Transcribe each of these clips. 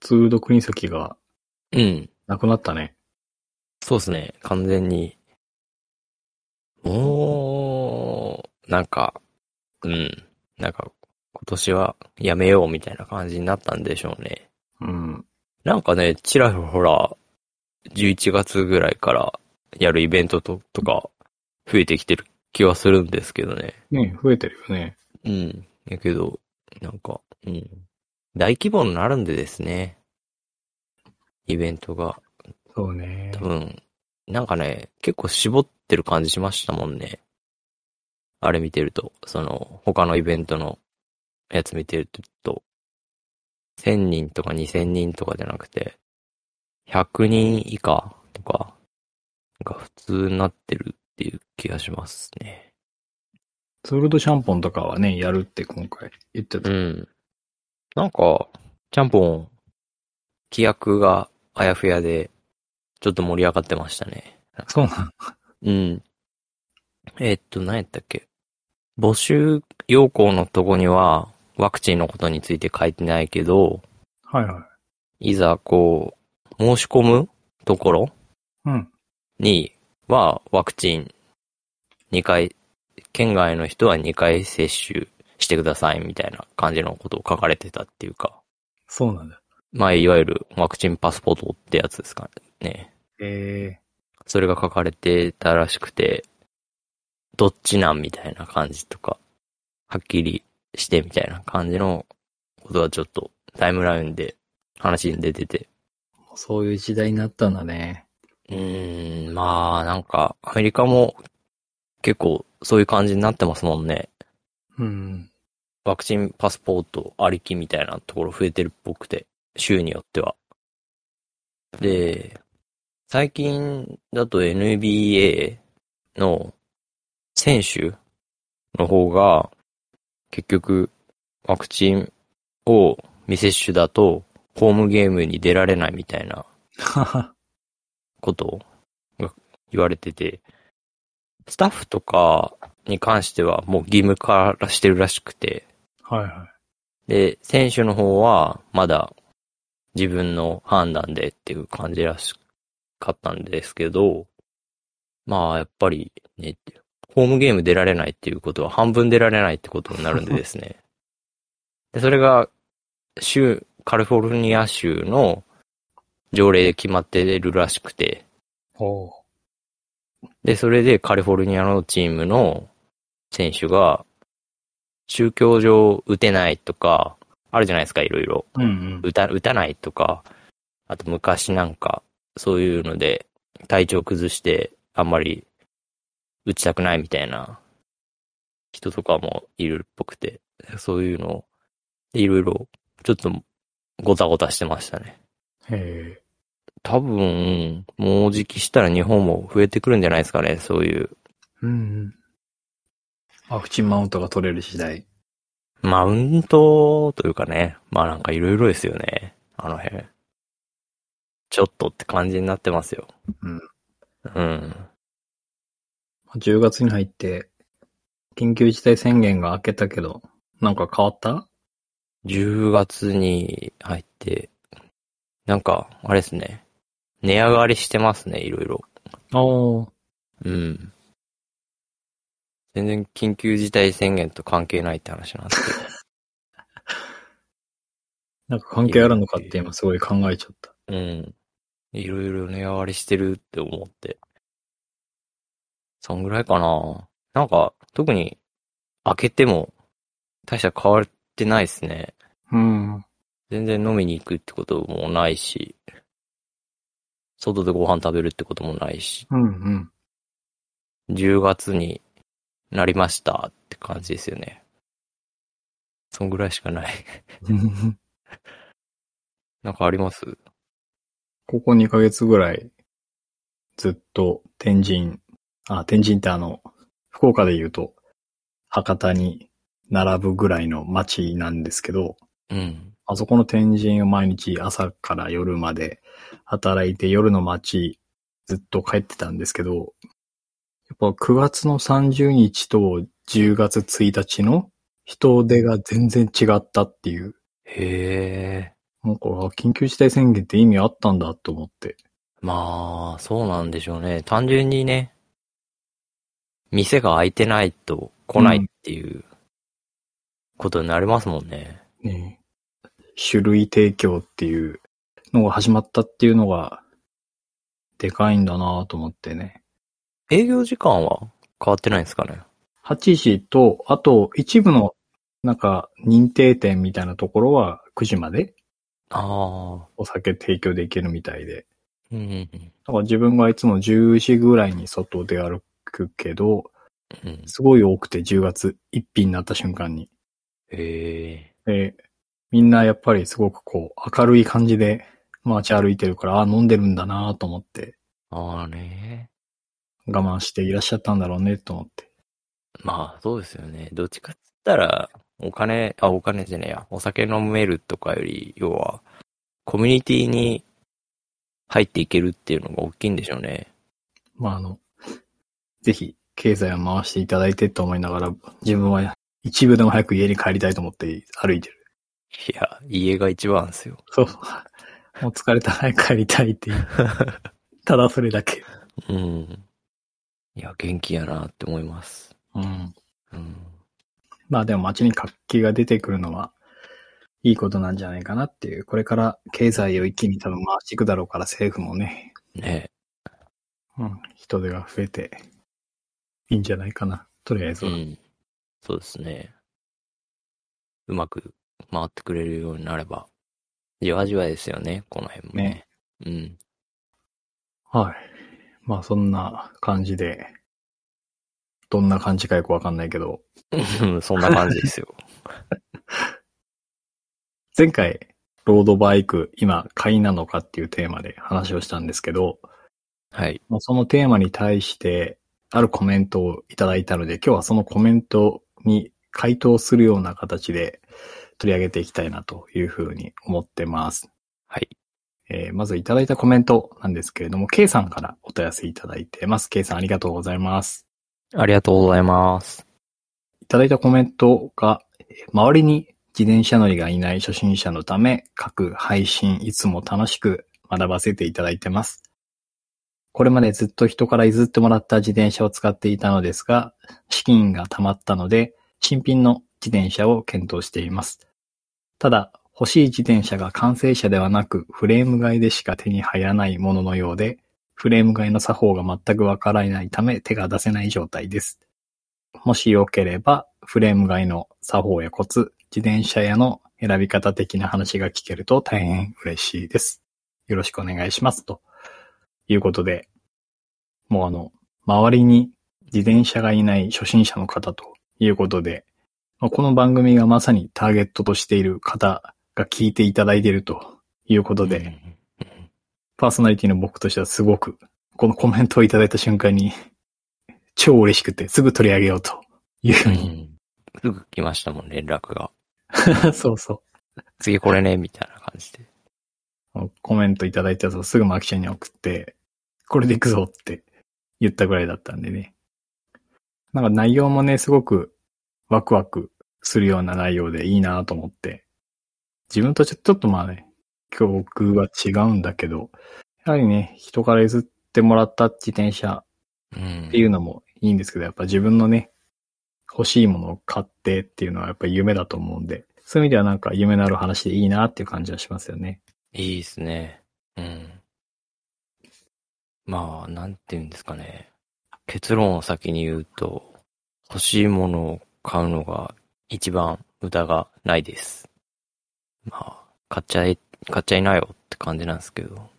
通の国籍がうん。なくなったね。そうですね。完全に。もう、なんか、うん。なんか、今年はやめようみたいな感じになったんでしょうね。うん。なんかね、ちらほら、11月ぐらいからやるイベントととか、増えてきてる気はするんですけどね。ね増えてるよね。うん。やけど、なんか、うん。大規模になるんでですね。イベントが。そうね多。分、なんかね、結構絞ってる感じしましたもんね。あれ見てると、その、他のイベントのやつ見てると、1000人とか2000人とかじゃなくて、100人以下とか、が普通になってるっていう気がしますね。ツールドシャンポンとかはね、やるって今回言ってた。ん。なんか、ちゃんぽん、規約があやふやで、ちょっと盛り上がってましたね。そうなんうん。えっと、何やったっけ。募集要項のとこには、ワクチンのことについて書いてないけど、はいはいざこう、申し込むところい。うん。には、ワクチン2回、県外の人は2回接種してくださいみたいな感じのことを書かれてたっていうか、そうなんだ。まあ、いわゆるワクチンパスポートってやつですかね。えそれが書かれてたらしくて、どっちなんみたいな感じとか、はっきりしてみたいな感じのことはちょっとタイムラインで話に出てて。ー、そういう時代になったんだね。うーん、まあなんかアメリカも結構そういう感じになってますもんね。 うん。ワクチンパスポートありきみたいなところ増えてるっぽくて、州によっては。で、最近だと NBA の選手の方が、結局、ワクチンを未接種だと、ホームゲームに出られないみたいなはは。ことが言われてて、スタッフとかに関してはもう義務化してるらしくて、はいはい。で、選手の方は、まだ、自分の判断でっていう感じらしかったんですけど、まあ、やっぱりね、ホームゲーム出られないっていうことは、半分出られないってことになるんでですね。で、それが、州、カリフォルニア州の条例で決まってるらしくて、おう。で、それでカリフォルニアのチームの選手が、宗教上打てないとか、あるじゃないですか、いろいろ。うんうん。打た打たないとか、あと昔なんか、そういうので、体調崩して、あんまり打ちたくないみたいな人とかもいるっぽくて、そういうのを、でいろいろ、ちょっと、ごたごたしてましたね。ええ多分、もうじきしたら日本も増えてくるんじゃないですかね、そういううんうん。ワクチンマウントが取れる時代。マウントというかね、まあなんかいろいろですよね。あの辺。ちょっとって感じになってますよ。うん。うん。 10月に入って、緊急事態宣言が明けたけど、なんか変わった10月に入って、なんか、あれですね。値上がりしてますね、いろいろ。おー。うん。全然緊急事態宣言と関係ないって話なんですけど。なんか関係あるのかって今すごい考えちゃった。うん。いろいろ値上がりしてるって思って。そんぐらいかな。なんか、特に、開けても、大した変わってないですね。うん。全然飲みに行くってこともないし、外でご飯食べるってこともないし、うんうん。 10月になりましたって感じですよね。そんぐらいしかない。 なんかあります ここ2ヶ月ぐらい、ずっと天神、あ、天神ってあの、福岡で言うと、博多に並ぶぐらいの街なんですけど、うん。あそこの天神を毎日朝から夜まで働いて夜の街ずっと帰ってたんですけど、やっぱ9月の30日と10月1日の人出が全然違ったっていうへえ。なんか、あ緊急事態宣言って意味あったんだと思って。まあ、そうなんでしょうね。単純にね、店が開いてないと来ないっていうことになりますもんね。ねえ酒類提供っていうのが始まったっていうのが、でかいんだなと思ってね。営業時間は変わってないんですかね。 8時と、あと一部の、なんか、認定店みたいなところは9時までああ、お酒提供できるみたいで。うんうんだから自分がいつも10時ぐらいに外で歩くけど、うん、うん。すごい多くて10月1日になった瞬間に。へえ。で、みんなやっぱりすごくこう、明るい感じで街歩いてるから、あー飲んでるんだなと思って、ああね。我慢していらっしゃったんだろうねと思って。まあ、そうですよね。どっちかって言ったら、お金、あ、お金じゃねえや。お酒飲めるとかより、要は、コミュニティに入っていけるっていうのが大きいんでしょうね。まあ、あの、ぜひ、経済を回していただいてと思いながら、自分は一部でも早く家に帰りたいと思って歩いてる。いや、家が一番ですよ。そう。 もう疲れたら早く帰りたいっていう。ただそれだけ。うん。いや、元気やなって思います。うん。うん。まあでも街に活気が出てくるのは、いいことなんじゃないかなっていう。これから経済を一気に多分回していくだろうから政府もね、ねうん、人手が増えて、いいんじゃないかな。とりあえずうは。ん。そうですね。うまく回ってくれるようになれば、じわじわですよね、この辺もね。うん。はい。まあそんな感じで、どんな感じかよくわかんないけど、うん そんな感じですよ。前回、ロードバイク、今、買いなのかっていうテーマで話をしたんですけど、はい。まあそのテーマに対して、あるコメントをいただいたので、今日はそのコメントに回答するような形で取り上げていきたいなというふうに思ってます。はい。えーまずいただいたコメントなんですけれども、K さんからお問い合わせいただいてます。K さんありがとうございます。ありがとうございます。いただいたコメントが、えー周りに自転車乗りがいない初心者のため、各配信いつも楽しく学ばせていただいてます。これまでずっと人から譲ってもらった自転車を使っていたのですが、資金が貯まったので、新品の自転車を検討しています。ただ、欲しい自転車が完成車ではなく、フレーム外でしか手に入らないもののようで、フレーム外の作法が全くわからないため手が出せない状態です。もしよければ、フレーム外の作法やコツ、自転車屋の選び方的な話が聞けると大変嬉しいです。よろしくお願いします。ということで、もうあの、周りに自転車がいない初心者の方ということで、まあこの番組がまさにターゲットとしている方が聞いていただいているということで、パーソナリティの僕としてはすごく、このコメントをいただいた瞬間に、超嬉しくて、すぐ取り上げようというふう、うんに。すぐ来ましたもん、連絡が。 そうそ次これね、みたいな感じで。う。コメントいただいたやつをすぐマキちゃんに送って、これでいくぞって言ったぐらいだったんでね。なんか内容もね、すごくワクワクするような内容でいいなと思って。自分とちょちょっとまあね、教育は違うんだけど、やはりね、人から譲ってもらった自転車、うん。っていうのもいいんですけど、やっぱ自分のね、欲しいものを買ってっていうのはやっぱ夢だと思うんで、そういう意味ではなんか夢のある話でいいなっていう感じはしますよね。いいですね。うん。まあ、なんていうんですかね。結論を先に言うと、欲しいものを買うのが一番無駄がないです。まあ、買っちゃえ、買っちゃいなよって感じなんですけど。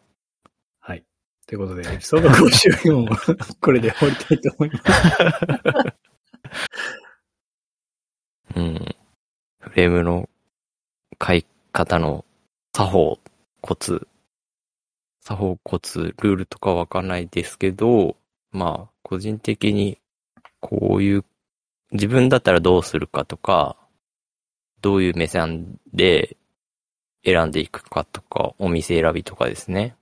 はい。ということで、エピソード54を これで終わりたいと思います。うん。フレームの買い方の作法、コツ、作法、コツ、ルールとかわかんないですけど、まあ、個人的に、こういう、自分だったらどうするかとか、どういう目線で選んでいくかとか、お店選びとかですね。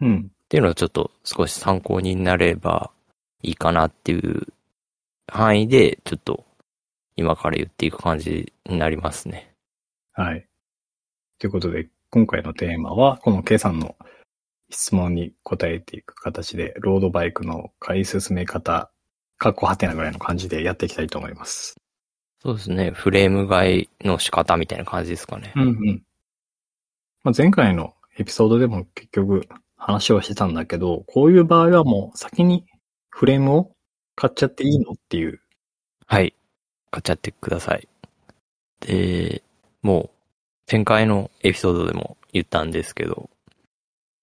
うん。っていうのはちょっと少し参考になればいいかなっていう範囲で、ちょっと今から言っていく感じになりますね。はい。ということで、今回のテーマは、この K さんの質問に答えていく形で、ロードバイクの買い進め方、かっこはてなぐらいの感じでやっていきたいと思います。そうですね。フレーム買いの仕方みたいな感じですかね。うんうん。まあ、前回のエピソードでも結局話はしてたんだけど、こういう場合はもう先にフレームを買っちゃっていいのっていう。はい。買っちゃってください。で、もう、前回のエピソードでも言ったんですけど、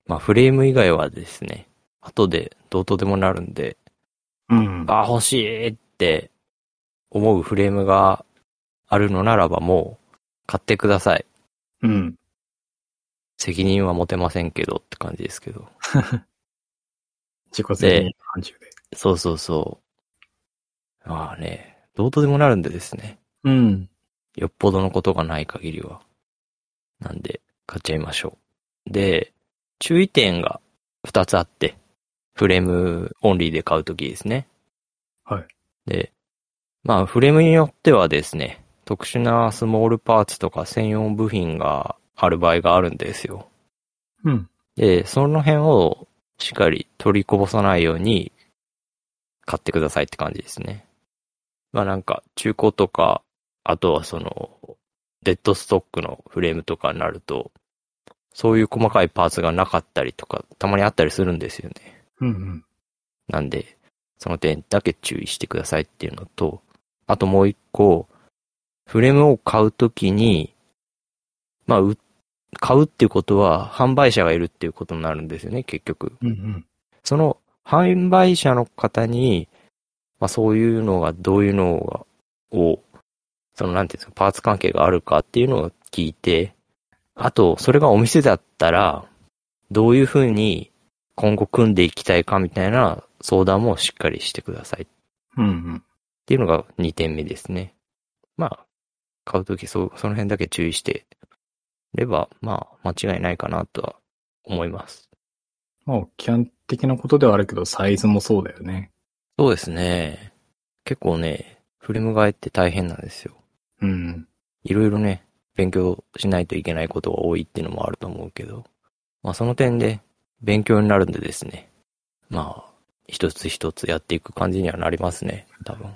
まあフレーム以外はですね、後でどうとでもなるんで、うんあ、欲しいって思うフレームがあるのならばもう買ってください。うん。責任は持てませんけどって感じですけど。自己責任範疇で。そうそうそう。まあね、どうとでもなるんでですね。うん。よっぽどのことがない限りは。なんで、買っちゃいましょう。で、注意点が2つあって、フレームオンリーで買うときですね。はい。で、まあ、フレームによってはですね、特殊なスモールパーツとか専用部品がある場合があるんですよ。うん。で、その辺をしっかり取りこぼさないように買ってくださいって感じですね。まあなんか中古とか、あとはその、デッドストックのフレームとかになると、そういう細かいパーツがなかったりとか、たまにあったりするんですよね。うんうん。なんで、その点だけ注意してくださいっていうのと、あともう一個、フレームを買うときに、まあ、う買うっていうことは、販売者がいるっていうことになるんですよね、結局。うんうん。その販売者の方に、まあそういうのが、どういうのが、を、そのなんていうんですか、パーツ関係があるかっていうのを聞いて、あと、それがお店だったら、どういうふうに今後組んでいきたいかみたいな相談もしっかりしてくださいっうんうん。ていうのが2点目ですね。まあ、買うときそ、その辺だけ注意してれば、まあ、間違いないかなとは思います。まあ、基本的なことではあるけど、サイズもそうだよね。そうですね。結構ね、フレーム替えって大変なんですよ。うん。いろいろね、勉強しないといけないことが多いっていうのもあると思うけど、まあその点で勉強になるんでですね。まあ、一つ一つやっていく感じにはなりますね、多分。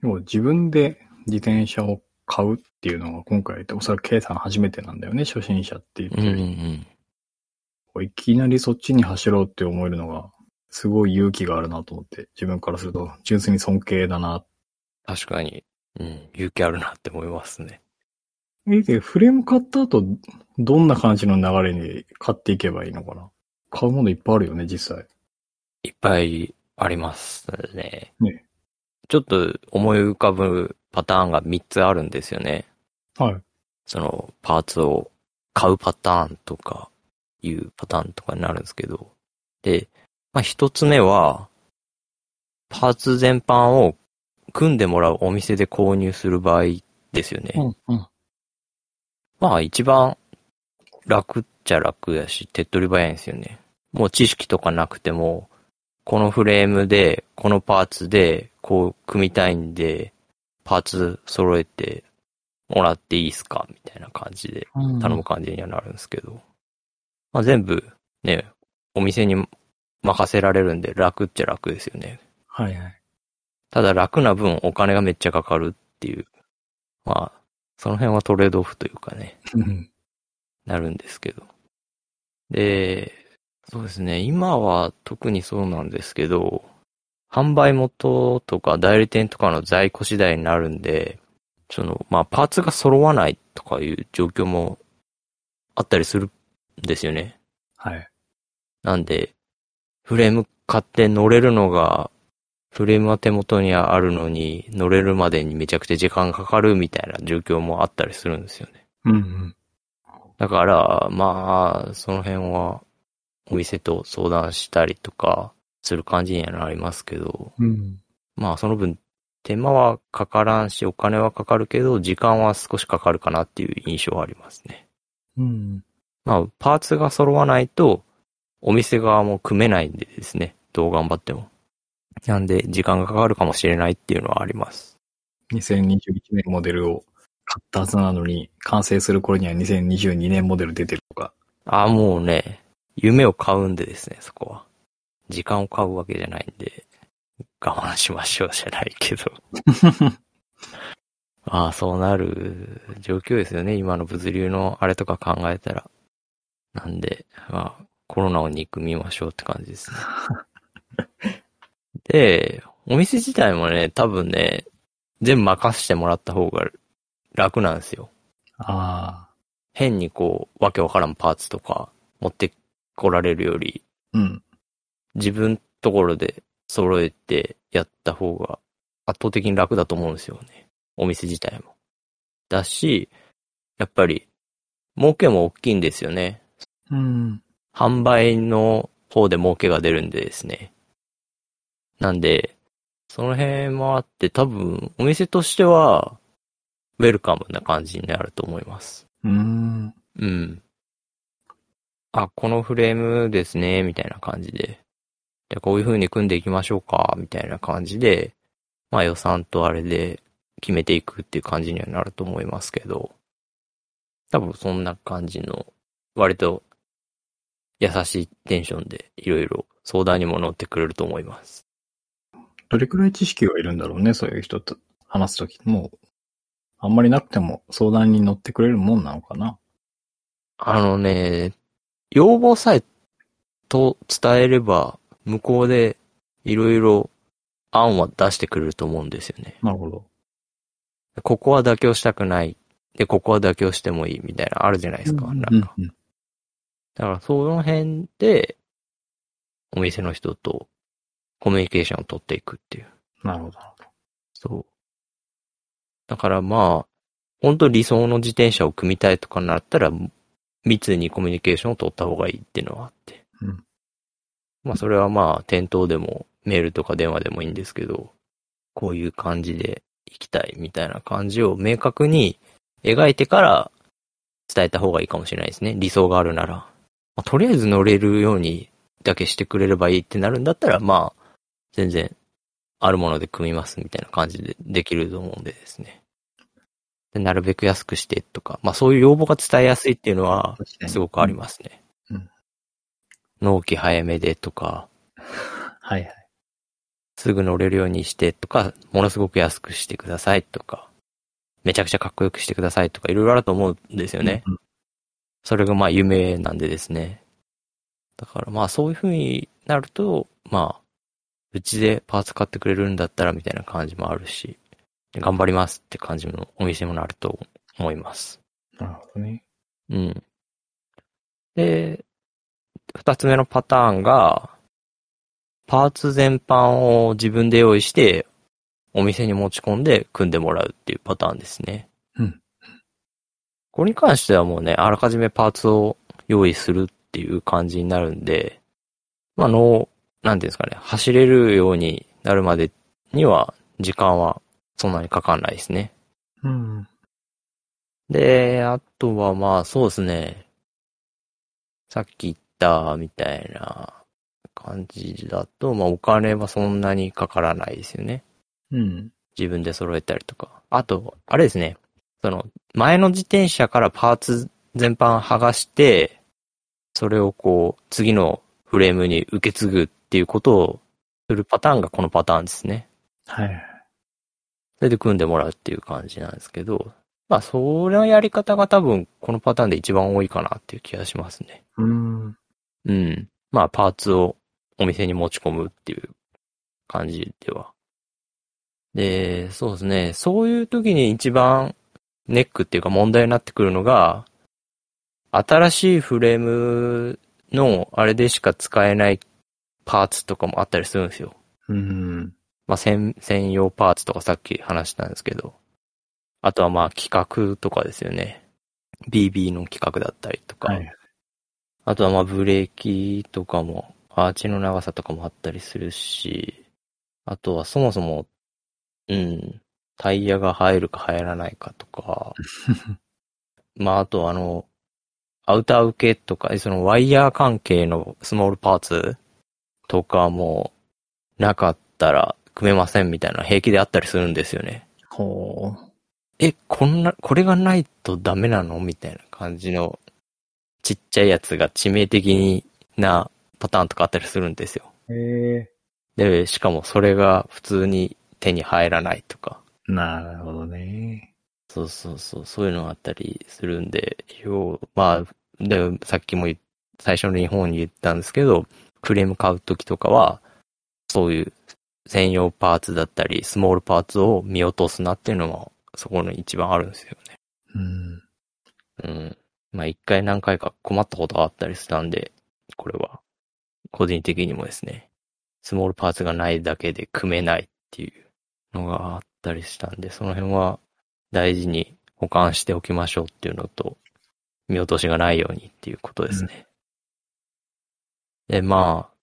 でも自分で自転車を買うっていうのが今回で、おそらく K さん初めてなんだよね、初心者っていううんうんうん。いきなりそっちに走ろうって思えるのが、すごい勇気があるなと思って、自分からすると、純粋に尊敬だな。確かに、うん、勇気あるなって思いますね。え、で、フレーム買った後、どんな感じの流れに買っていけばいいのかな買うものいっぱいあるよね、実際。いっぱいありますね。ねちょっと思い浮かぶパターンが3つあるんですよね。はい。そのパーツを買うパターンとかいうパターンとかになるんですけど。で、まあ、一つ目は、パーツ全般を組んでもらうお店で購入する場合ですよね。ん、うん。まあ一番楽っちゃ楽やし、手っ取り早いんですよね。もう知識とかなくても、このフレームで、このパーツで、こう組みたいんで、パーツ揃えてもらっていいっすかみたいな感じで頼む感じにはなるんですけど。まあ全部ね、お店に任せられるんで楽っちゃ楽ですよね。はいはい。ただ楽な分お金がめっちゃかかるっていう。まあ、その辺はトレードオフというかね、うんなるんですけど。で、そうですね、今は特にそうなんですけど、販売元とか代理店とかの在庫次第になるんで、その、まあパーツが揃わないとかいう状況もあったりするんですよね。はい。なんで、フレーム買って乗れるのが、フレームは手元にあるのに、乗れるまでにめちゃくちゃ時間かかるみたいな状況もあったりするんですよね。うんうん。だから、まあ、その辺は、お店と相談したりとか、する感じにはなりますけど、うん。まあ、その分、手間はかからんし、お金はかかるけど、時間は少しかかるかなっていう印象はありますね。うん。まあ、パーツが揃わないと、お店側も組めないんでですね。どう頑張っても。なんで、時間がかかるかもしれないっていうのはあります。 2021年モデルを買ったはずなのに、完成する頃には2022年モデル出てるとか。ああ、もうね、夢を買うんでですね、そこは。時間を買うわけじゃないんで、我慢しましょうじゃないけど。ああ、そうなる状況ですよね。今の物流のあれとか考えたら。なんで、まあ、コロナを憎みましょうって感じですね。で、お店自体もね、多分ね、全部任してもらった方が楽なんですよ。ああ、変にこう、わけわからんパーツとか持ってこられるより、うん。自分ところで揃えてやった方が圧倒的に楽だと思うんですよね。お店自体も。だし、やっぱり、儲けも大きいんですよね。うん。販売の方で儲けが出るんでですね。なんで、その辺もあって多分、お店としては、ウェルカムな感じになると思います。うん。うん。あ、このフレームですね、みたいな感じで。じゃあこういう風に組んでいきましょうか、みたいな感じで、まあ予算とあれで決めていくっていう感じにはなると思いますけど、多分そんな感じの、割と優しいテンションでいろいろ相談にも乗ってくれると思います。どれくらい知識がいるんだろうね、そういう人と話すとき。もう、あんまりなくても相談に乗ってくれるもんなのかな。あのね、要望さえと伝えれば、向こうでいろいろ案は出してくれると思うんですよね。なるほど。ここは妥協したくない。で、ここは妥協してもいいみたいな、あるじゃないですか。うんなんか。うんうんだから、その辺で、お店の人とコミュニケーションを取っていくっていう。なるほど。そう。だからまあ、本当理想の自転車を組みたいとかになったら、密にコミュニケーションを取った方がいいっていうのはあって。うんまあそれはまあ、店頭でもメールとか電話でもいいんですけど、こういう感じで行きたいみたいな感じを明確に描いてから伝えた方がいいかもしれないですね。理想があるなら。まあとりあえず乗れるようにだけしてくれればいいってなるんだったら、まあ、全然あるもので組みますみたいな感じでできると思うんでですね。でなるべく安くしてとか、まあそういう要望が伝えやすいっていうのは確かにすごくありますね。うん納期早めでとか、はいはい。すぐ乗れるようにしてとか、ものすごく安くしてくださいとか、めちゃくちゃかっこよくしてくださいとか、いろいろあると思うんですよね。うんうん。それがまあ夢なんでですね。だからまあそういう風になると、まあ、うちでパーツ買ってくれるんだったらみたいな感じもあるし、頑張りますって感じのお店もなると思います。なるほどね。うん。で、二つ目のパターンが、パーツ全般を自分で用意して、お店に持ち込んで組んでもらうっていうパターンですね。うん。これに関してはもうね、あらかじめパーツを用意するっていう感じになるんで、まあ、あの、なんていうんですかね、走れるようになるまでには、時間はそんなにかかんないですね。うん。で、あとはまあそうですね。さっき言ったみたいな感じだと、まあお金はそんなにかからないですよね。うん。自分で揃えたりとか。あと、あれですね。その、前の自転車からパーツ全般剥がして、それをこう、次のフレームに受け継ぐっていうことをするパターンがこのパターンですね。はいはい。それで組んでもらうっていう感じなんですけど、まあ、それのやり方が多分、このパターンで一番多いかなっていう気がしますね。うん。うん。まあ、パーツをお店に持ち込むっていう感じでは。で、そうですね。そういう時に一番ネックっていうか問題になってくるのが、新しいフレームのあれでしか使えないパーツとかもあったりするんですよ。うん。まあ、専専用パーツとかさっき話したんですけど、あとはまあ企画とかですよね。BB の企画だったりとか、はい。あとはまあブレーキとかも、アーチの長さとかもあったりするし、あとはそもそも、うん、タイヤが入るか入らないかとか、まああとあの、アウター受けとか、そのワイヤー関係のスモールパーツとかもなかったら組めませんみたいな平気であったりするんですよね。ほえ、こんな、これがないとダメなのみたいな感じの、ちっちゃいやつが致命的なパターンとかあったりするんですよ。へえ。で、しかもそれが普通に手に入らないとか、なるほどね。そうそうそう、そういうのがあったりするんで、要まあ、で、さっきも言っ最初の方に言ったんですけど、フレーム買うときとかは、そういう専用パーツだったり、スモールパーツを見落とすなっていうのも、そこの一番あるんですよね。うん。うん。まあ一回何回か困ったことがあったりしたんで、これは、個人的にもですね、スモールパーツがないだけで組めないっていうのがあったりしたんで、その辺は大事に保管しておきましょうっていうのと、見落としがないようにっていうことですね。で、まあ、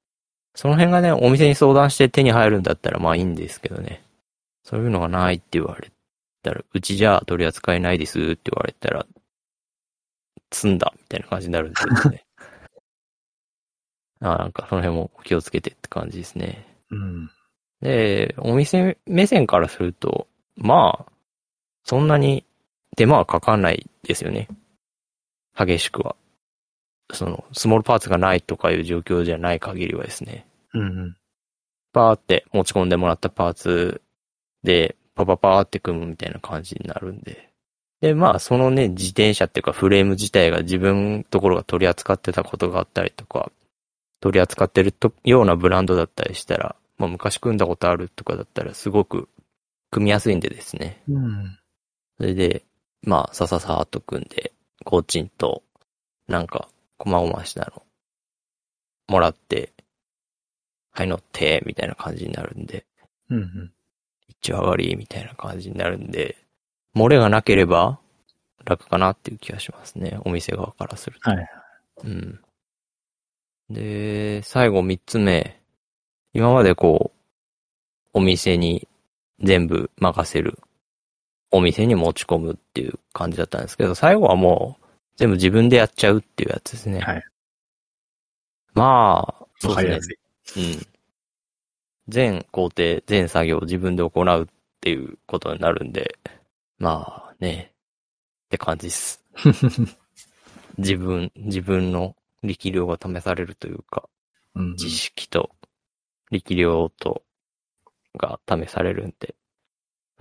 その辺がね、お店に相談して手に入るんだったらまあいいんですけどね。そういうのがないって言われたら、うちじゃ取り扱えないですって言われたら、積んだみたいな感じになるんですよね。 あーなんかその辺も気をつけてって感じですね。うん。で、お店目線からすると、まあ、そんなに手間はかかんないですよね。激しくは。その、スモールパーツがないとかいう状況じゃない限りはですね。うん。パーって持ち込んでもらったパーツで、パパパーって組むみたいな感じになるんで。で、まあ、そのね、自転車っていうかフレーム自体が自分のところが取り扱ってたことがあったりとか、取り扱ってるとようなブランドだったりしたら、まあ、昔組んだことあるとかだったら、すごく組みやすいんでですね。うん。それで、まあ、さささーっと組んで、コーチンと、なんか、こまごましたの、もらって、はい、乗って、みたいな感じになるんで、うん。一応上がりみたいな感じになるんで、漏れがなければ楽かなっていう気がしますね。お店側からすると。はい。うん。で、最後三つ目。今までこう、お店に全部任せる。お店に持ち込むっていう感じだったんですけど、最後はもう全部自分でやっちゃうっていうやつですね。はい。まあ、そうわかでりすやねす。い。うん。全工程、全作業を自分で行うっていうことになるんで、まあね、って感じ です。自分、自分の力量が試されるというか、うん知識と力量と、が試されるんで。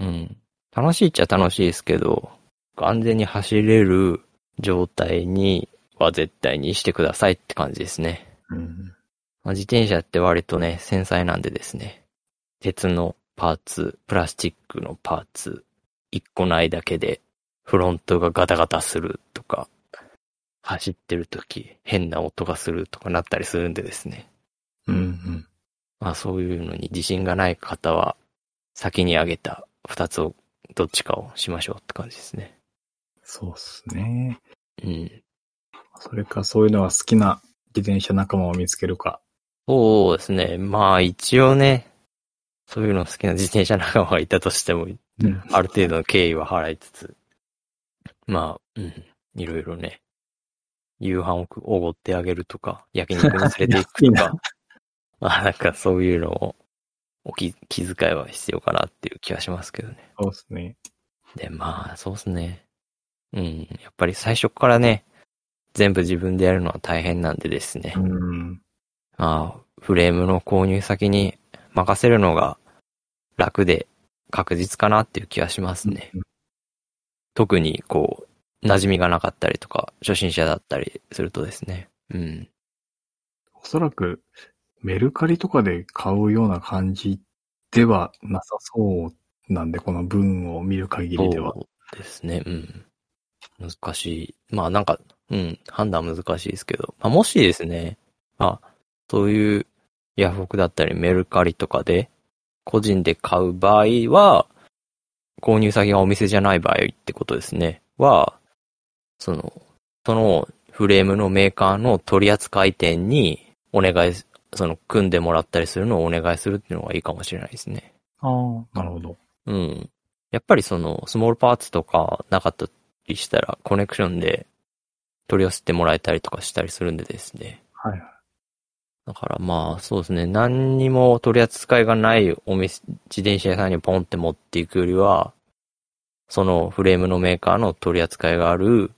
うん。楽しいっちゃ楽しいですけど、安全に走れる状態には絶対にしてくださいって感じですね。うん。まあ、自転車って割とね、繊細なんでですね。鉄のパーツ、プラスチックのパーツ、一個ないだけで、フロントがガタガタするとか、走ってる時、変な音がするとかなったりするんでですね。うん。まあそういうのに自信がない方は、先に挙げた二つを、どっちかをしましょうって感じですね。そうっすね。うん。それか、そういうのが好きな自転車仲間を見つけるか。そうですね。まあ一応ね、そういうの好きな自転車仲間がいたとしても、うん。ある程度の敬意は払いつつ、まあ、うん、いろいろね、夕飯をおごってあげるとか、焼肉に連れていくと安いか、まあなんかそういうのを、おき、気遣いは必要かなっていう気はしますけどね。そうっすね。で、まあ、そうですね。うん、やっぱり最初からね、全部自分でやるのは大変なんでですね。うん。まあ、フレームの購入先に任せるのが楽で確実かなっていう気はしますね。特にこう、馴染みがなかったりとか、初心者だったりするとですね。うん。おそらく、メルカリとかで買うような感じではなさそうなんで、この文を見る限りでは。そうですね。うん。難しい。まあなんか、うん、判断は難しいですけど、まあ、もしですね、まあ、そういうヤフオクだったりメルカリとかで、個人で買う場合は、購入先がお店じゃない場合ってことですね。は、その、そのフレームのメーカーの取扱店にお願いす、その組んでもらったりするのをお願いするっていうのがいいかもしれないですね。ああ、なるほど。うん。やっぱりその、スモールパーツとかなかったりしたら、コネクションで取り寄せてもらえたりとかしたりするんでですね。はいはい。だからまあ、そうですね。何にも取り扱いがないお店、自転車屋さんにポンって持っていくよりは、そのフレームのメーカーの取り扱いがある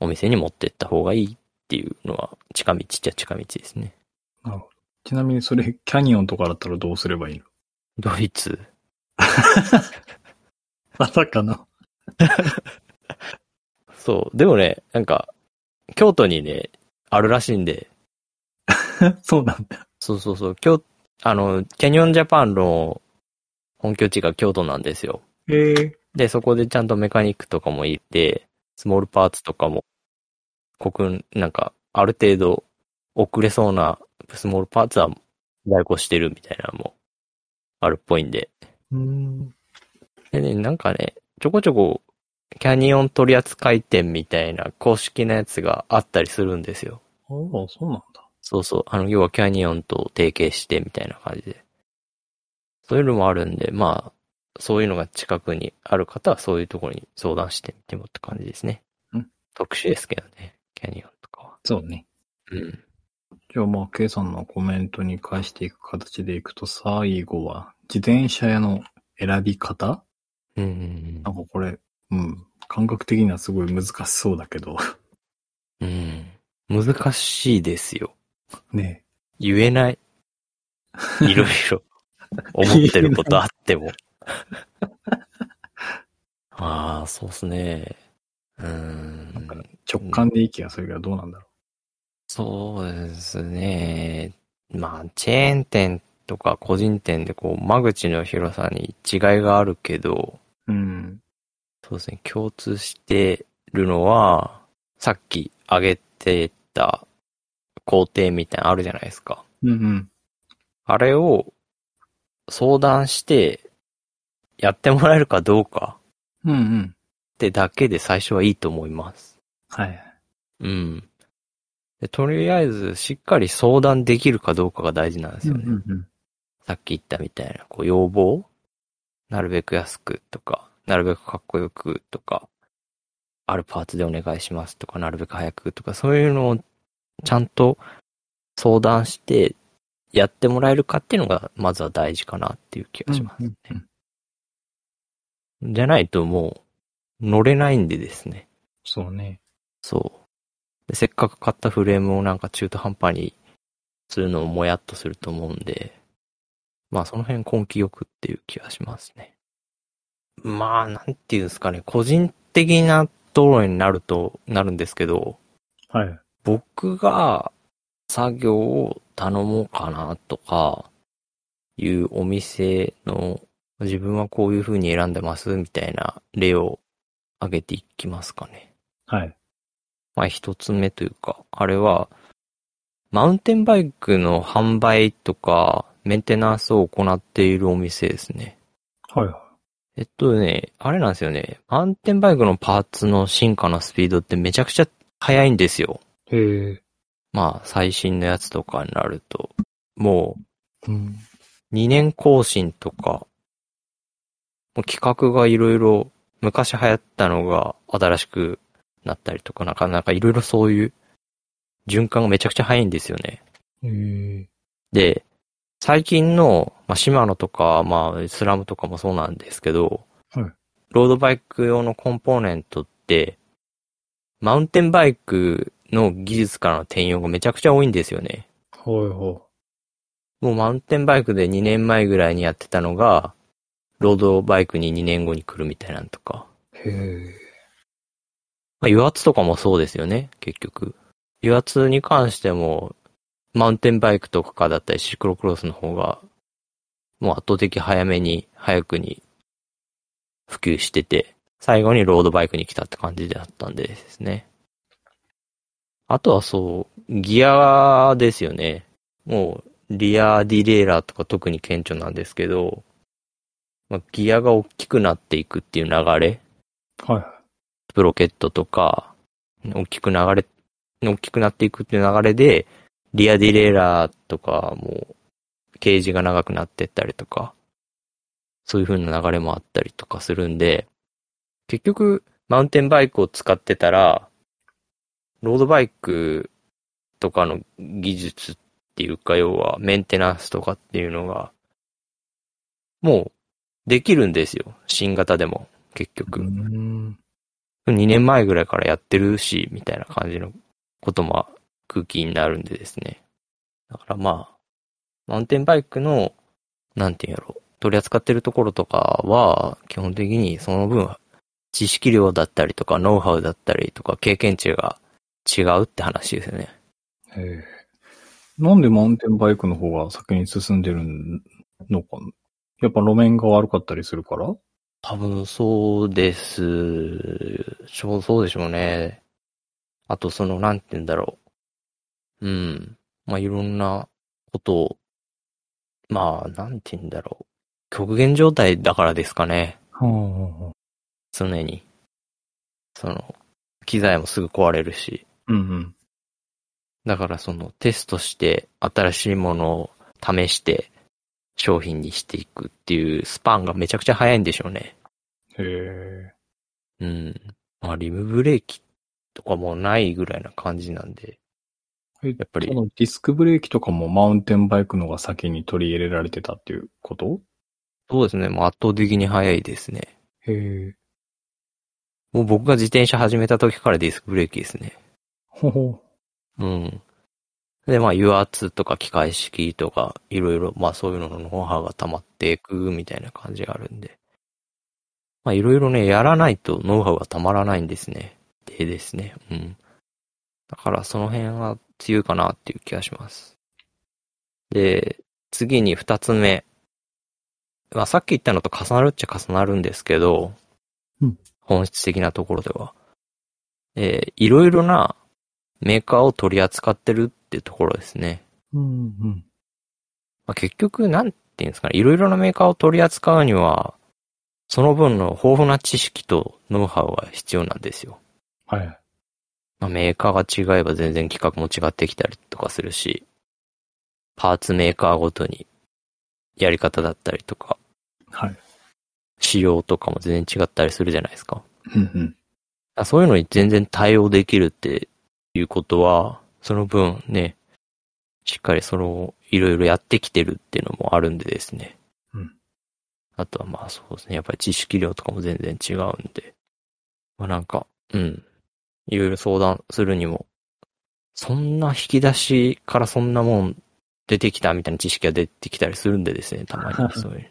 お店に持ってった方がいいっていうのは近道っちゃ近道ですね。ちなみにそれ、キャニオンとかだったらどうすればいいのドイツ、まさかの。そう。でもね、なんか、京都にね、あるらしいんで、 そうなんだ。そうそうそう、京、あの、キャニオンジャパンの本拠地が京都なんですよ。へえ。で、そこでちゃんとメカニックとかもいて、スモールパーツとかも、国、なんか、ある程度、遅れそうなスモールパーツは代行してるみたいなのも、あるっぽいんで。うん。でね、なんかね、ちょこちょこ、キャニオン取扱店みたいな公式なやつがあったりするんですよ。ああ、そうなんだ。そうそう。あの、要はキャニオンと提携してみたいな感じで。そういうのもあるんで、まあ、そういうのが近くにある方はそういうところに相談してみてもって感じですね。うん特殊ですけどね。キャニオンとかは。そうね。うん。じゃあまあ、K さんのコメントに返していく形でいくと、最後は、自転車屋の選び方うんうんなんかこれ、うん。感覚的にはすごい難しそうだけど、 うん。うん。難しいですよ。ね言え ない。いろいろ思ってることあっ ても。ああ、そうっすね。うえなんんか。直感でいきやそれがどうなんだろそうですね。まあ、チェーン店とか個人店でこう、間口の広さに違いがあるけど、う。うん。そうですね、共通してるのは、さっき挙げてた工程みたいなのあるじゃないですか。うんうん。あれを相談して、やってもらえるかどうかうんうん。ってだけで最初はいいと思います。はい。うん。でとりあえず、しっかり相談できるかどうかが大事なんですよね。うんうんさっき言ったみたいな、こう、要望なるべく安くとか、なるべくかっこよくとか、あるパーツでお願いしますとか、なるべく早くとか、そういうのをちゃんと相談してやってもらえるかっていうのが、まずは大事かなっていう気がしますね。うんうんじゃないともう、乗れないんでですね。そうね。そう。でせっかく買ったフレームをなんか中途半端にするのももやっとすると思うんで、まあその辺根気よくっていう気がしますね。まあなんていうんですかね、個人的なところになると、なるんですけど、はい。僕が作業を頼もうかなとか、いうお店の自分はこういう風に選んでますみたいな例を挙げていきますかね。はい。まあ一つ目というか、あれは、マウンテンバイクの販売とか、メンテナンスを行っているお店ですね。はいはい。えっとね、あれなんですよね。マウンテンバイクのパーツの進化のスピードってめちゃくちゃ速いんですよ。へえ。まあ、最新のやつとかになると。もうん。う、2年更新とか、もう企画がいろいろ、昔流行ったのが新しくなったりとか、なかなかいろいろそういう循環がめちゃくちゃ早いんですよね。へえ。で、最近の、まあ、シマノとか、まあ、スラムとかもそうなんですけど、はいロードバイク用のコンポーネントって、マウンテンバイクの技術からの転用がめちゃくちゃ多いんですよね。はいはい。もうマウンテンバイクで2年前ぐらいにやってたのが、ロードバイクに2年後に来るみたいなんとか。へえ。まあ、油圧とかもそうですよね、結局。油圧に関しても、マウンテンバイクとかだったりシクロクロスの方が、もう圧倒的早めに、早くに普及してて、最後にロードバイクに来たって感じだったんでですね。あとはそう、ギアですよね。もう、リアディレイラーとか特に顕著なんですけど、まあ、ギアが大きくなっていくっていう流れ。はいはい。ブロケットとか、大きく流れ、大きくなっていくっていう流れで、リアディレイラーとかも、ケージが長くなってったりとか、そういう風な流れもあったりとかするんで、結局、マウンテンバイクを使ってたら、ロードバイクとかの技術っていうか、要はメンテナンスとかっていうのが、もう、できるんですよ。新型でも、結局。うん。 2年前ぐらいからやってるし、みたいな感じのことも空気になるんでですね。だからまあ、マウンテンバイクの、なんていうんやろ、取り扱ってるところとかは、基本的にその分、知識量だったりとか、ノウハウだったりとか、経験値が違うって話ですよね。へえなんでマウンテンバイクの方が先に進んでるのかなやっぱ路面が悪かったりするからう多分そうです。そう、そうでしょうね。あと、その、なんて言うんだろう。うん。まあ、いろんなことを、まあ、なんて言うんだろう。極限状態だからですかね。ん常に。その、機材もすぐ壊れるし。うん。だからそのテストして新しいものを試して商品にしていくっていうスパンがめちゃくちゃ早いんでしょうね。へえ。うん。まあリムブレーキとかもないぐらいな感じなんで。えやっぱりそのディスクブレーキとかもマウンテンバイクのが先に取り入れられてたっていうことそうですね。もう圧倒的に早いですね。へえ。もう僕が自転車始めた時からディスクブレーキですね。ほほ。うん。で、まあ油圧とか機械式とかいろいろ、まあそういうののノウハウが溜まっていくみたいな感じがあるんで。まあいろいろね、やらないとノウハウが溜まらないんですね。でですね。うん。だからその辺は強いかなっていう気がします。で、次に二つ目。まあさっき言ったのと重なるっちゃ重なるんですけど、うん本質的なところでは。えーいろいろなメーカーを取り扱ってるってところですね。うんうん。まあ、結局、なんていうんですかね、いろいろなメーカーを取り扱うには、その分の豊富な知識とノウハウが必要なんですよ。はい。まあ、メーカーが違えば全然企画も違ってきたりとかするし、パーツメーカーごとにやり方だったりとか、はい。仕様とかも全然違ったりするじゃないですか。うんうん。あそういうのに全然対応できるっていうことは、その分ね、しっかりその、いろいろやってきてるっていうのもあるんでですね。うん。あとはまあそうですね、やっぱり知識量とかも全然違うんで。まあなんか、うん。いろいろ相談するにも、そんな引き出しからそんなもん出てきたみたいな知識が出てきたりするんでですね、たま に。そういう、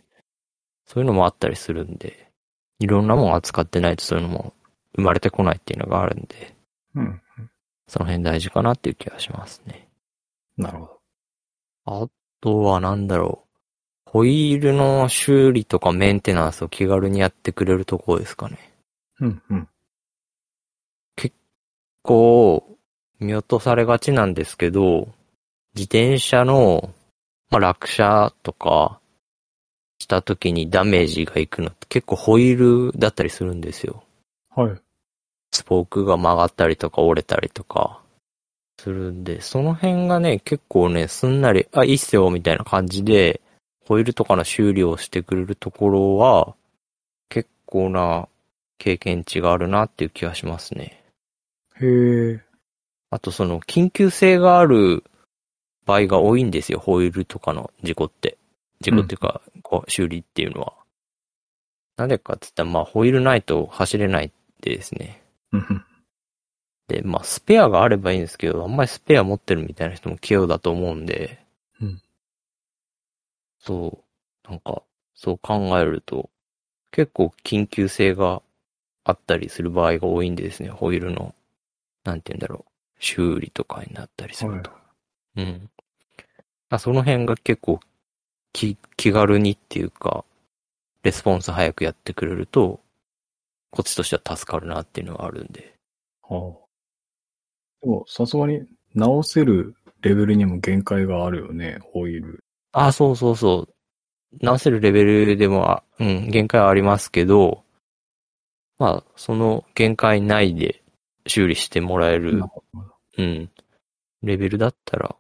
そういうのもあったりするんで、いろんなもん扱ってないとそういうのも生まれてこないっていうのがあるんで、うん。その辺大事かなっていう気がしますね。なるほど。あとはなんだろう。ホイールの修理とかメンテナンスを気軽にやってくれるとこですかね。うんうん。こう、見落とされがちなんですけど、自転車の、まあ、落車とかした時にダメージがいくのって結構ホイールだったりするんですよ。はい。スポークが曲がったりとか折れたりとかするんで、その辺がね、結構ね、すんなり、あ、いいっすよ、みたいな感じで、ホイールとかの修理をしてくれるところは、結構な経験値があるなっていう気がしますね。へえ。あとその、緊急性がある場合が多いんですよ、ホイールとかの事故って。事故っていうか、こう、修理っていうのは。なんでかって言ったら、まあ、ホイールないと走れないってですね。うんうん。で、まあ、スペアがあればいいんですけど、あんまりスペア持ってるみたいな人も器用だと思うんで、うんそう、なんか、そう考えると、結構緊急性があったりする場合が多いんでですね、ホイールの、なんて言うんだろう、修理とかになったりすると。うん。あその辺が結構気、気軽にっていうか、レスポンス早くやってくれると、こっちとしては助かるなっていうのがあるんで。はあ。でも、さすがに直せるレベルにも限界があるよね、ホイール。あ、そうそうそう。直せるレベルでも、あうん、限界はありますけど、まあ、その限界内で修理してもらえる、うん、レベルだったら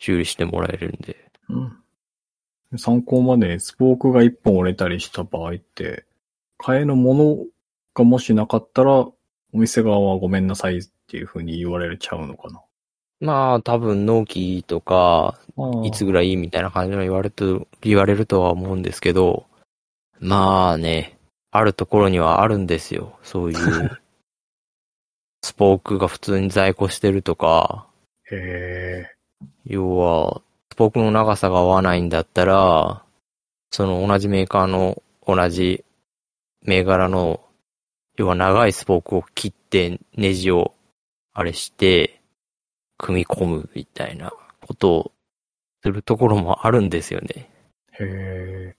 修理してもらえるんで。うん。参考までにスポークが一本折れたりした場合って、替えのものがもしなかったら、お店側はごめんなさいっていう風に言われちゃうのかな。まあ、多分、納期とか、いつぐらいみたいな感じの言われと、言われるとは思うんですけど、まあね、あるところにはあるんですよ。そういう、スポークが普通に在庫してるとか、へえ。要は、スポークの長さが合わないんだったら、その同じメーカーの同じ銘柄の、要は長いスポークを切ってネジをあれして、組み込むみたいなことをするところもあるんですよね。へ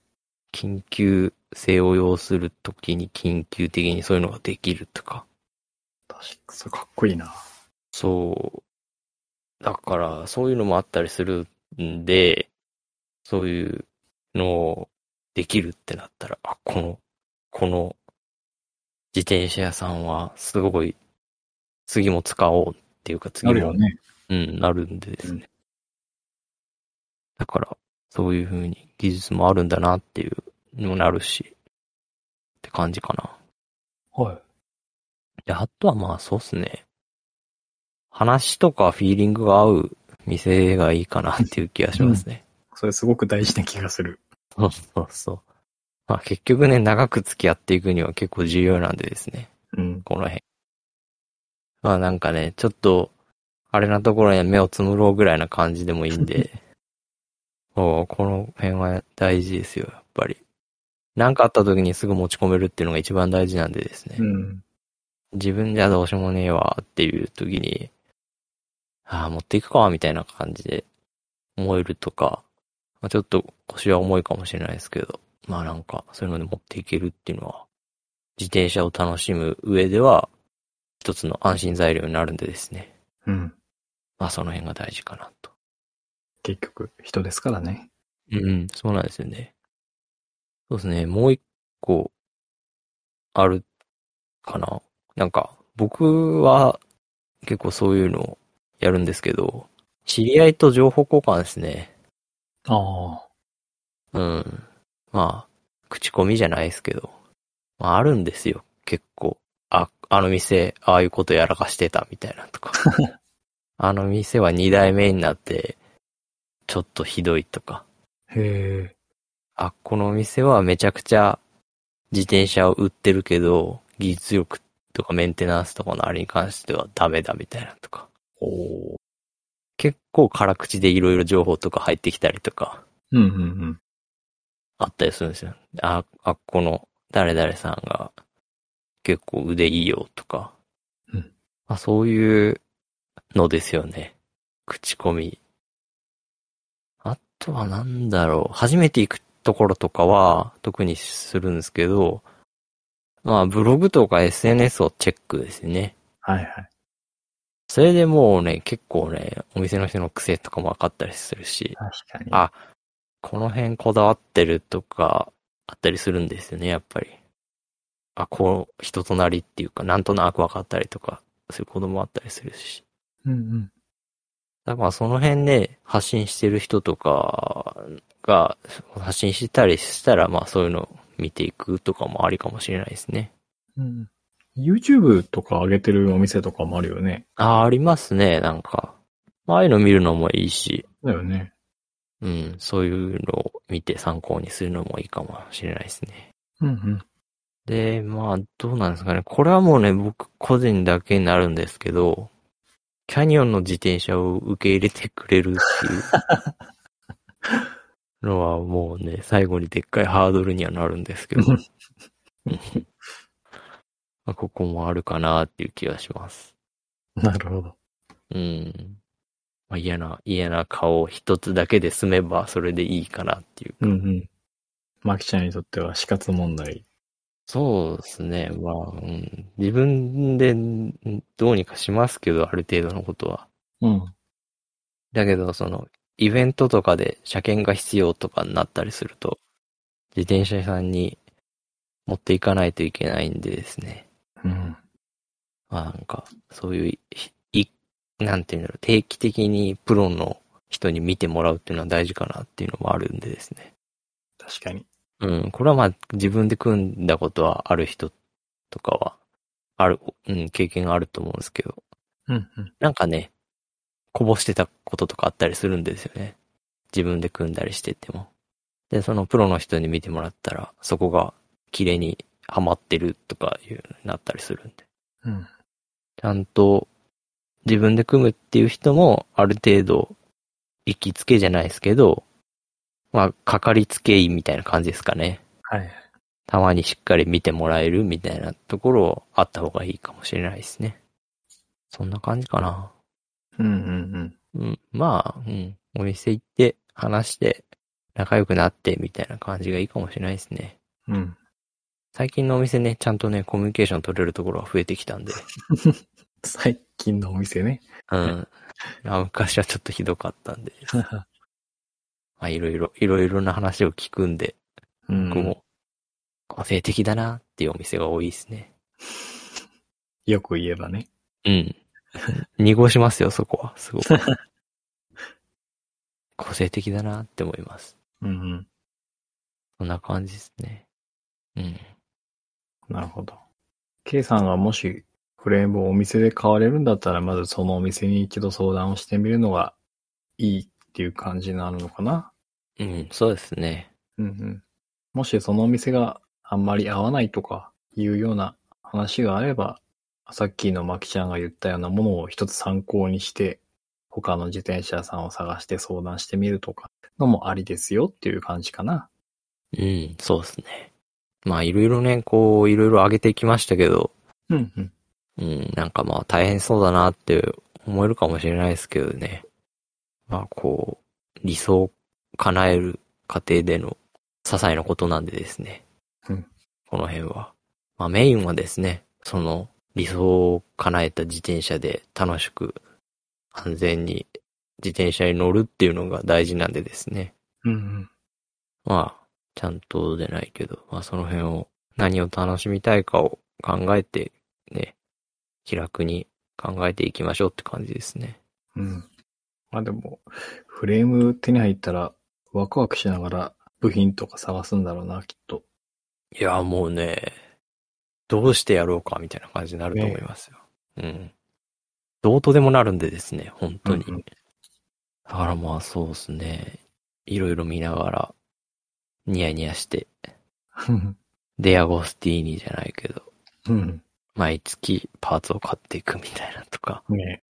緊急性を要するときに緊急的にそういうのができるとか。ー確か、それかっこいいな。そう。だから、そういうのもあったりするんで、そういうのをできるってなったら、あ、この、この自転車屋さんはすごい、次も使おうっていうか、次なもるよね。うん、なるんでですうね。だから、そういう風に技術もあるんだなっていうのもなるし、って感じかな。はい。で、あとはまあそうっすね。話とかフィーリングが合う店がいいかなっていう気がしますね。それすごく大事な気がする。そうそうそう。まあ結局ね、長く付き合っていくには結構重要なんでですね。うん。この辺。まあなんかね、ちょっと、あれなところには目をつむろうぐらいな感じでもいいん で、もうこの辺は大事ですよ、やっぱり。なんかあった時にすぐ持ち込めるっていうのが一番大事なんでですね。うん。自分じゃどうしようもねえわっていう時に、ああ、持っていくか、みたいな感じで思えるとか、まあ、ちょっと腰は重いかもしれないですけど、まあなんかそういうので持っていけるっていうのは、自転車を楽しむ上では、一つの安心材料になるんでですね。うん。まあその辺が大事かなと。結局、人ですからね。うん、そうなんですよね。そうですね、もう一個、ある、かな。なんか、僕は、結構そういうのをやるんですけど、知り合いと情報交換ですね。ああ。うん。まあ、口コミじゃないですけど。まあ、あるんですよ、結構。あ、あの店、ああいうことやらかしてたみたいなとか。あの店は二代目になって、ちょっとひどいとか。へえ。あ、この店はめちゃくちゃ自転車を売ってるけど、技術力とかメンテナンスとかのあれに関してはダメだみたいなとか。おー結構辛口でいろいろ情報とか入ってきたりとかうんうんうん。あったりするんですよ。あ、あ、この誰々さんが結構腕いいよとか。うんまあ、そういうのですよね。口コミ。あとはなんだろう。初めて行くところとかは特にするんですけど、まあブログとか SNS をチェックですね。はいはい。それでもうね、結構ね、お店の人の癖とかも分かったりするし、確かに。あこの辺こだわってるとか、あったりするんですよね、やっぱり。あ、こう、人となりっていうか、なんとなく分かったりとか、する子供あったりするし。うんうん。だからその辺ね、発信してる人とかが、発信してたりしたら、まあそういうの見ていくとかもありかもしれないですね。うん。YouTube とか上げてるお店とかもあるよね。あ、ありますね、なんか。まあああいうの見るのもいいし、だよね。うん、そういうのを見て参考にするのもいいかもしれないですね。うんうん。で、まあ、どうなんですかね。これはもうね、僕個人だけになるんですけど、キャニオンの自転車を受け入れてくれるっていうのはもうね、最後にでっかいハードルにはなるんですけど、うんまあここもあるかなっていう気がします。なるほど。うん。まあ、嫌な、嫌な顔一つだけで済めばそれでいいかなっていう。うんうん。マキちゃんにとっては死活問題。そうですね。まあ、うん、自分でんどうにかしますけど、ある程度のことは。うん。だけど、その、イベントとかで車検が必要とかになったりすると、自転車屋さんに持っていかないといけないんでですね。うん。まあなんか、そういうい、いなんていうんだろう、定期的にプロの人に見てもらうっていうのは大事かなっていうのもあるんでですね。確かに。うん、これはまあ自分で組んだことはある人とかは、ある、うん、経験があると思うんですけど、うんうん。なんかね、こぼしてたこととかあったりするんですよね。自分で組んだりしてても。で、そのプロの人に見てもらったら、そこが綺麗にハマってるとかいう、なったりするんで。うん。ちゃんと自分で組むっていう人も、ある程度、行きつけじゃないですけど、まあ、かかりつけ医みたいな感じですかね。はい。たまにしっかり見てもらえるみたいなところあった方がいいかもしれないですね。そんな感じかな。うんうんうん。うん。まあ、うん。お店行って、話して、仲良くなってみたいな感じがいいかもしれないですね。うん。最近のお店ね、ちゃんとね、コミュニケーション取れるところが増えてき たんで。最近のお店 ね。うん。あ昔はちょっとひどかったんで。まあ、いろいろ、いろいろな話を聞くんで、うん僕も、個性的だなっていうお店が多いですね。よく言えばね。うん。濁しますよ、そこは。す ごく。個性的だなって思います。うんうん。そんな感じですね。うん。なるほど。K さんがもしフレームをお店で買われるんだったら、まずそのお店に一度相談をしてみるのがいいっていう感じになるのかな。うん、そうですね。うんうん。もしそのお店があんまり合わないとかいうような話があれば、さっきのまきちゃんが言ったようなものを一つ参考にして、他の自転車屋さんを探して相談してみるとかのもありですよっていう感じかな。うん、そうですね。まあ、いろいろね、こう、いろいろ上げてきましたけど、うんうん。うん、なんかまあ、大変そうだなって思えるかもしれないですけどね。まあ、こう、理想を叶える過程での些細なことなんでですね。うんこの辺は。まあ、メインはですね、その、理想を叶えた自転車で楽しく、安全に自転車に乗るっていうのが大事なんでですね。うんうん。まあ、ちゃんとじゃないけど、まあその辺を、何を楽しみたいかを考えて、ね、気楽に考えていきましょうって感じですね。うん。まあでも、フレーム手に入ったらワクワクしながら部品とか探すんだろうな、きっと。いや、もうね、どうしてやろうかみたいな感じになると思いますよ。うん。どうとでもなるんでですね、本当に。うんうんだからまあそうですね、いろいろ見ながら、ニヤニヤして、 デアゴスティーニじゃないけど、うん。毎月パーツを買っていくみたいなとか、ね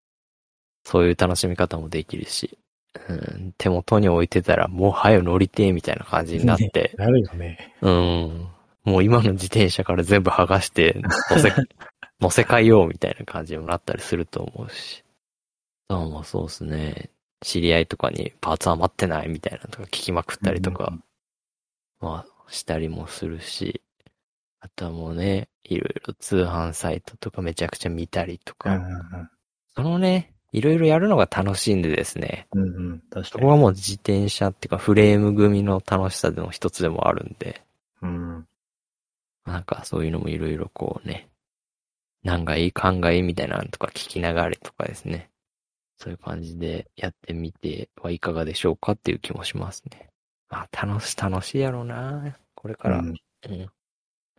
そういう楽しみ方もできるし、うん、手元に置いてたらもう早よ乗りてえみたいな感じになって、なるよね。うん、もう今の自転車から全部剥がして、乗 せ、乗せ替えようみたいな感じにもなったりすると思うし。どうもそうですね。知り合いとかにパーツ余ってないみたいなのとか聞きまくったりとか、まあ、したりもするし、あとはもうね、いろいろ通販サイトとかめちゃくちゃ見たりとうんうか、んそのね、いろいろやるのが楽しいんでですね。うん。うんうん。確そかこに。はもう自転車っていうかフレーム組の楽しさでも一つでもあるんで、うん。なんかそういうのもいろいろこうね、なんかいい考えみたいなのとか聞きながらとかですね。そういう感じでやってみてはいかがでしょうかっていう気もしますね。まあ楽し、楽しいやろうなこれから、うんうん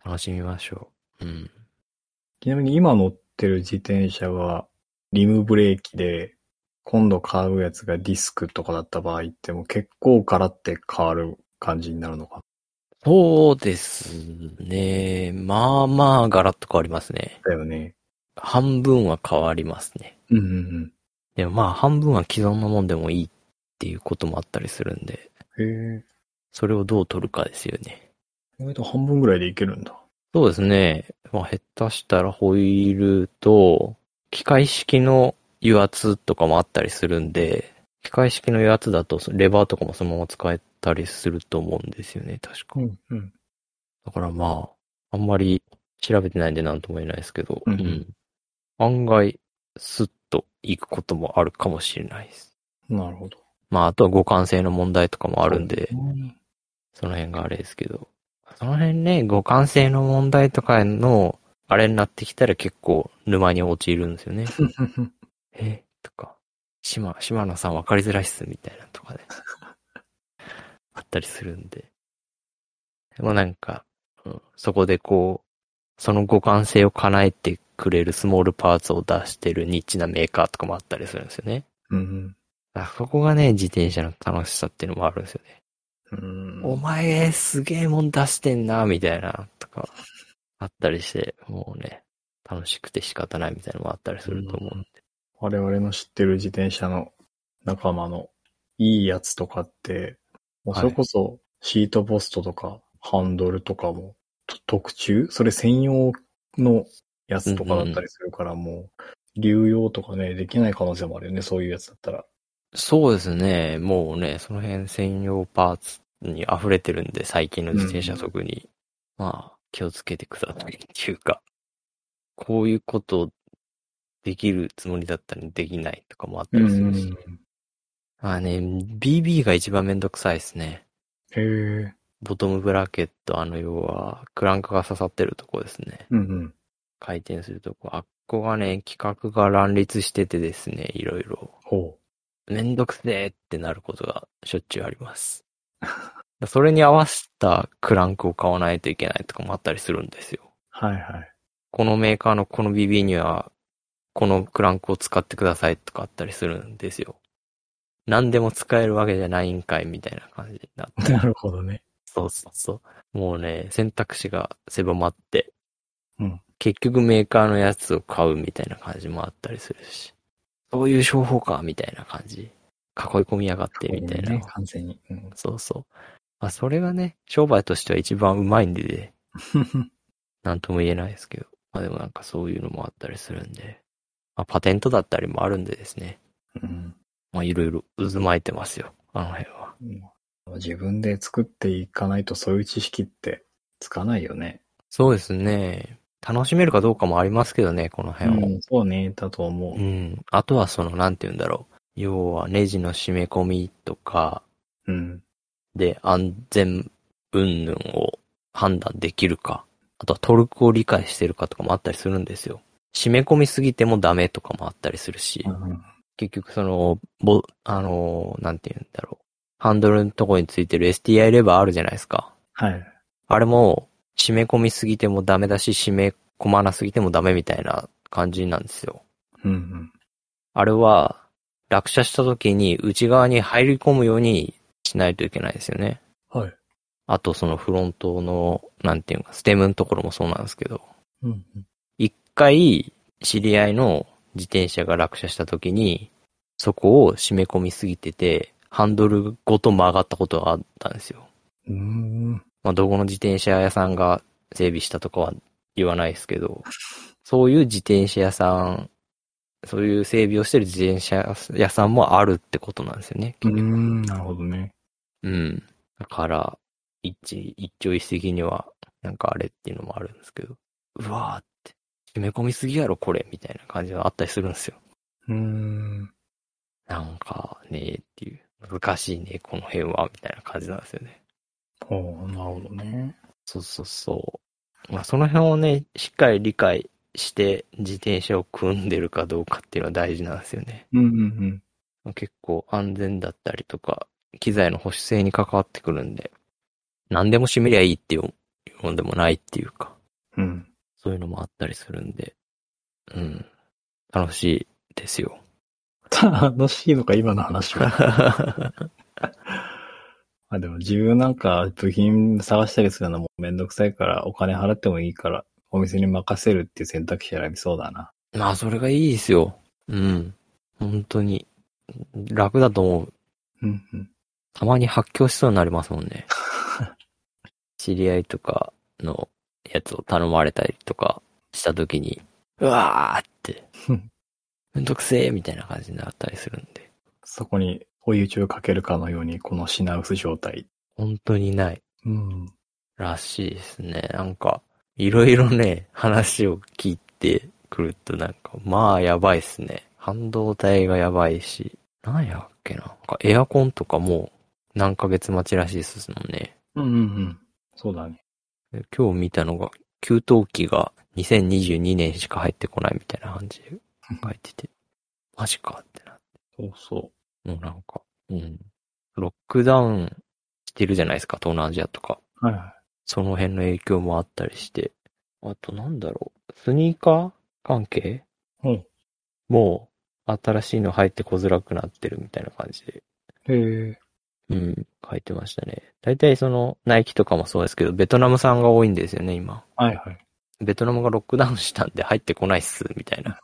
楽しみましょう。うん。ちなみに今乗ってる自転車は、リムブレーキで、今度買うやつがディスクとかだった場合って、もう結構ガラって変わる感じになるのか。そうですね。まあまあガラッと変わりますね。だよね。半分は変わりますね。うんうんでもまあ半分は既存のもんでもいいっていうこともあったりするんで、うん。へえ。それをどう取るかですよね。意外と半分ぐらいでいけるんだ。そうですね。まあ下手したらホイールと、機械式の油圧とかもあったりするんで、機械式の油圧だとレバーとかもそのまま使えたりすると思うんですよね、確か。んうん。だからまあ、あんまり調べてないんで何とも言えないですけど、うんうん案外、スッと行くこともあるかもしれないです。なるほど。まあ、あとは互換性の問題とかもあるんでう、んその辺があれですけど。その辺ね、互換性の問題とかの、あれになってきたら結構沼に陥るんですよね。えとか、島、島野さん分かりづらいっす、みたいなとかね。 あったりするんで。でもなんか、うんそこでこう、その互換性を叶えてくれるスモールパーツを出してるニッチなメーカーとかもあったりするんですよね。うんあそこがね、自転車の楽しさっていうのもあるんですよね。うん。お前すげえもん出してんな、みたいな、とか、あったりして、もうね、楽しくて仕方ないみたいなのもあったりすると思うんで。我々の知ってる自転車の仲間のいいやつとかって、もうそれこそシートポストとかハンドルとかもと特注それ専用のやつとかだったりするから、もう流用とかね、できない可能性もあるよね、そういうやつだったら。そうですね、もうね、その辺専用パーツに溢れてるんで、最近の自転車うん特に。まあ、気をつけてくださいっていうか、こういうことできるつもりだったのにできないとかもあったりするし。まあね、BB が一番めんどくさいですね。へえ。うんボトムブラケット、あの、要は、クランクが刺さってるとこですね。うん。回転するとこ。あっこがね、規格が乱立しててですね、いろいろ。ほめんどくせーってなることがしょっちゅうあります。それに合わせたクランクを買わないといけないとかもあったりするんですよ。う。はいはい。このメーカーのこの BB には、このクランクを使ってくださいとかあったりするんですよ。何でも使えるわけじゃないんかいみたいな感じになって。 なるほどね。そうそうそう。もうね、選択肢が狭まって、うん結局メーカーのやつを買うみたいな感じもあったりするし、そういう商法か、みたいな感じ。囲い込みやがって、みたいな。ね、完全に。うんそうそう。まあ、それがね、商売としては一番うまいんでね、なんとも言えないですけど。まあでもなんかそういうのもあったりするんで、まあ、パテントだったりもあるんでですね。 うんまあいろいろ渦巻いてますよ、あの辺は。うん自分で作っていかないとそういう知識ってつかないよね。そうですね。楽しめるかどうかもありますけどね、この辺は。うんそうね、だと思う。ん。あとはその、なんて言うんだろう。要はネジの締め込みとかうん。で安全云々を判断できるか。あとはトルクを理解してるかとかもあったりするんですよ。締め込みすぎてもダメとかもあったりするし、結局その、ぼ、あの、なんて言うんだろう。ハンドルのとこについてる STI レバーあるじゃないですか。はい。あれも、締め込みすぎてもダメだし、締め込まなすぎてもダメみたいな感じなんですよ。うんうん。あれは、落車した時に内側に入り込むようにしないといけないですよね。はい。あとそのフロントの、なんていうか、ステムのところもそうなんですけど、うんうん。一回、知り合いの自転車が落車した時に、そこを締め込みすぎてて、ハンドルごと曲がったことがあったんですよ。うーん。まあ、どこの自転車屋さんが整備したとかは言わないですけど、そういう自転車屋さん、そういう整備をしてる自転車屋さんもあるってことなんですよね。うーん、なるほどね。うん。だから、一、一朝一夕には、なんかあれっていうのもあるんですけど、うわーって、締め込みすぎやろ、これ、みたいな感じがあったりするんですよ。うーん。なんかねーっていう、難しいね、この辺は、みたいな感じなんですよね。ほう、なるほどね。そうそうそう。まあ、その辺をね、しっかり理解して自転車を組んでるかどうかっていうのは大事なんですよね。うんうんうん。まあ結構安全だったりとか、機材の保守性に関わってくるんで、何でも締めりゃいいっていうもんでもないっていうか、うん。そういうのもあったりするんで、うん。楽しいですよ。楽しいのか、今の話 は。あでも自分なんか部品探したりするのもめんどくさいからお金払ってもいいからお店に任せるっていう選択肢選びそうだな。まあ、それがいいですよ。うん。本当に。楽だと思う。うんうん。たまに発狂しそうになりますもんね。知り合いとかのやつを頼まれたりとかした時に、うわーってうん、めんどくせーみたいな感じになったりするんで、そこに追い打ちをかけるかのようにこの品薄状態。本当にないうん。らしいですね。なんか、いろいろね、話を聞いてくるとなんか、まあやばいっすね。半導体がやばいし、なんやっけな。なんかエアコンとかも何ヶ月待ちらしいですもんね。うんうんうん。そうだね。で今日見たのが、給湯器が2022年しか入ってこないみたいな感じで書いてて、マジかってな。そうそもうなんか、うん。ロックダウンしてるじゃないですか、東南アジアとか。う。はいはその辺の影響もあったりして。あとなんだろう、スニーカー関係うんもう、新しいの入ってこづらくなってるみたいな感じで。い。へえ。うん、書いてましたね。大体その、ナイキとかもそうですけど、ベトナムさんが多いんですよね、今。はいはい。ベトナムがロックダウンしたんで入ってこないっす、みたいな。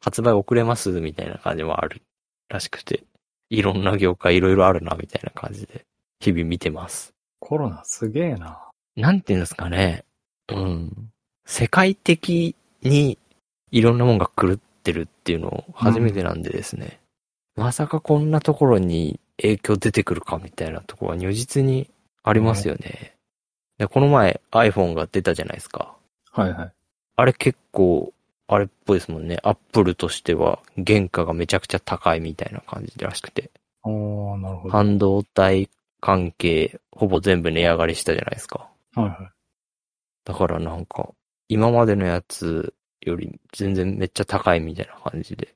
発売遅れます、みたいな感じもあるらしくて。いろんな業界いろいろあるな、みたいな感じで、日々見てます。コロナすげえな。なんていうんですかね。うん。世界的にいろんなもんが狂ってるっていうのを初めてなんでですね。まさかこんなところに影響出てくるかみたいなところは如実にありますよね。で、この前 iPhone が出たじゃないですか。はいはい。あれ結構、あれっぽいですもんね。Apple としては原価がめちゃくちゃ高いみたいな感じらしくて。おー、なるほど。はい半導体関係、ほぼ全部値上がりしたじゃないですか。はだからなんか、今までのやつより全然めっちゃ高いみたいな感じで。い。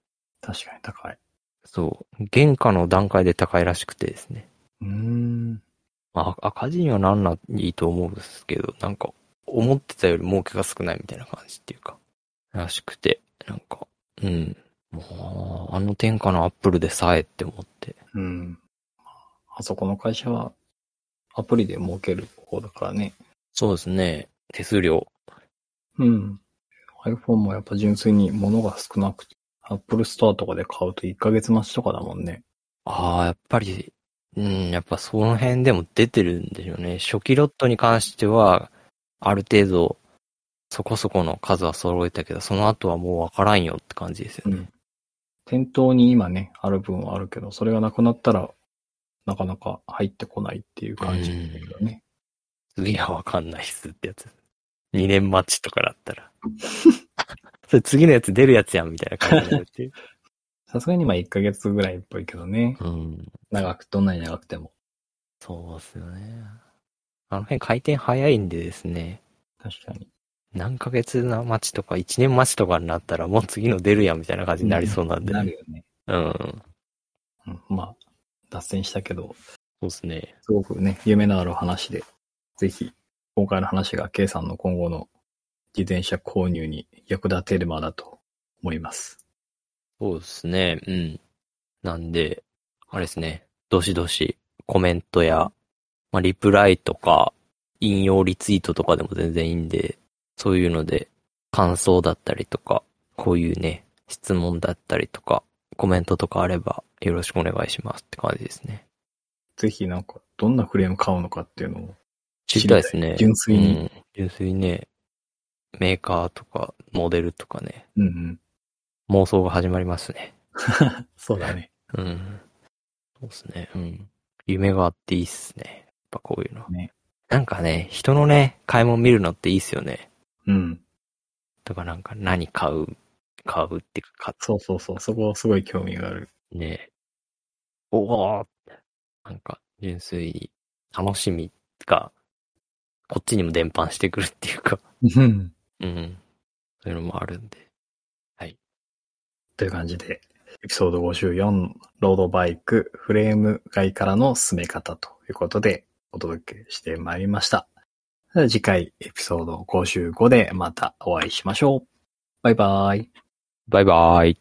確かに高い。そう。原価の段階で高いらしくてですね。うーん。まあ、赤字にはなんないと思うんですけど、なんか、思ってたより儲けが少ないみたいな感じっていうか、らしくて、なんか、うん。もう、あの天下のアップルでさえって思って。うん。あそこの会社はアプリで儲ける方だからね。そうですね。手数料。うん。iPhone もやっぱ純粋に物が少なくて、Apple Store とかで買うと1ヶ月待ちとかだもんね。ああ、やっぱり、うん、やっぱその辺でも出てるんでしょうね。初期ロットに関しては、ある程度、そこそこの数は揃えたけど、その後はもうわからんよって感じですよね。ん。店頭に今ね、ある分はあるけど、それがなくなったら、なかなか入ってこないっていう感じだけどね。次はわかんないっすってやつ。2年待ちとかだった ら。それ次のやつ出るやつやんみたいな感じになるっていう。さすがにまあ1ヶ月ぐらいっぽいけどね。 うん。長く、どんなに長くても。そうっすよね。あの辺回転早いんでですね。確かに。何ヶ月な待ちとか、1年待ちとかになったらもう次の出るやんみたいな感じになりそうなんで。なるよね。うん。うん、まあ、脱線したけど、そうですね。すごくね、夢のある話で、ぜひ、今回の話が K さんの今後の自転車購入に役立てる間だと思います。そうですね。うん。なんで、あれですね。どしどしコメントや、まあ、リプライとか、引用リツイートとかでも全然いいんで、そういうので、感想だったりとか、こういうね、質問だったりとか、コメントとかあれば、よろしくお願いしますって感じですね。ぜひなんか、どんなフレーム買うのかっていうのを、知りたいですね。純粋にうん純粋にね、メーカーとか、モデルとかね、うんうん。妄想が始まりますね。そうだね。うん。そうですね。うん。夢があっていいっすね。やっぱこういうの。ねなんかね、人のね、買い物見るのっていいっすよね。うん。とかなんか何買う、買うっていうか、買そうそうそう。そこはすごい興味があ る。ってね。おーってなんか純粋に楽しみが、こっちにも伝播してくるっていうか、うん。うん。そういうのもあるんで。という感じで、エピソード54、ロードバイクフレーム外からの進め方ということでお届けしてまいりました。それでは次回エピソード55でまたお会いしましょう。バイバイ。バイバーイ。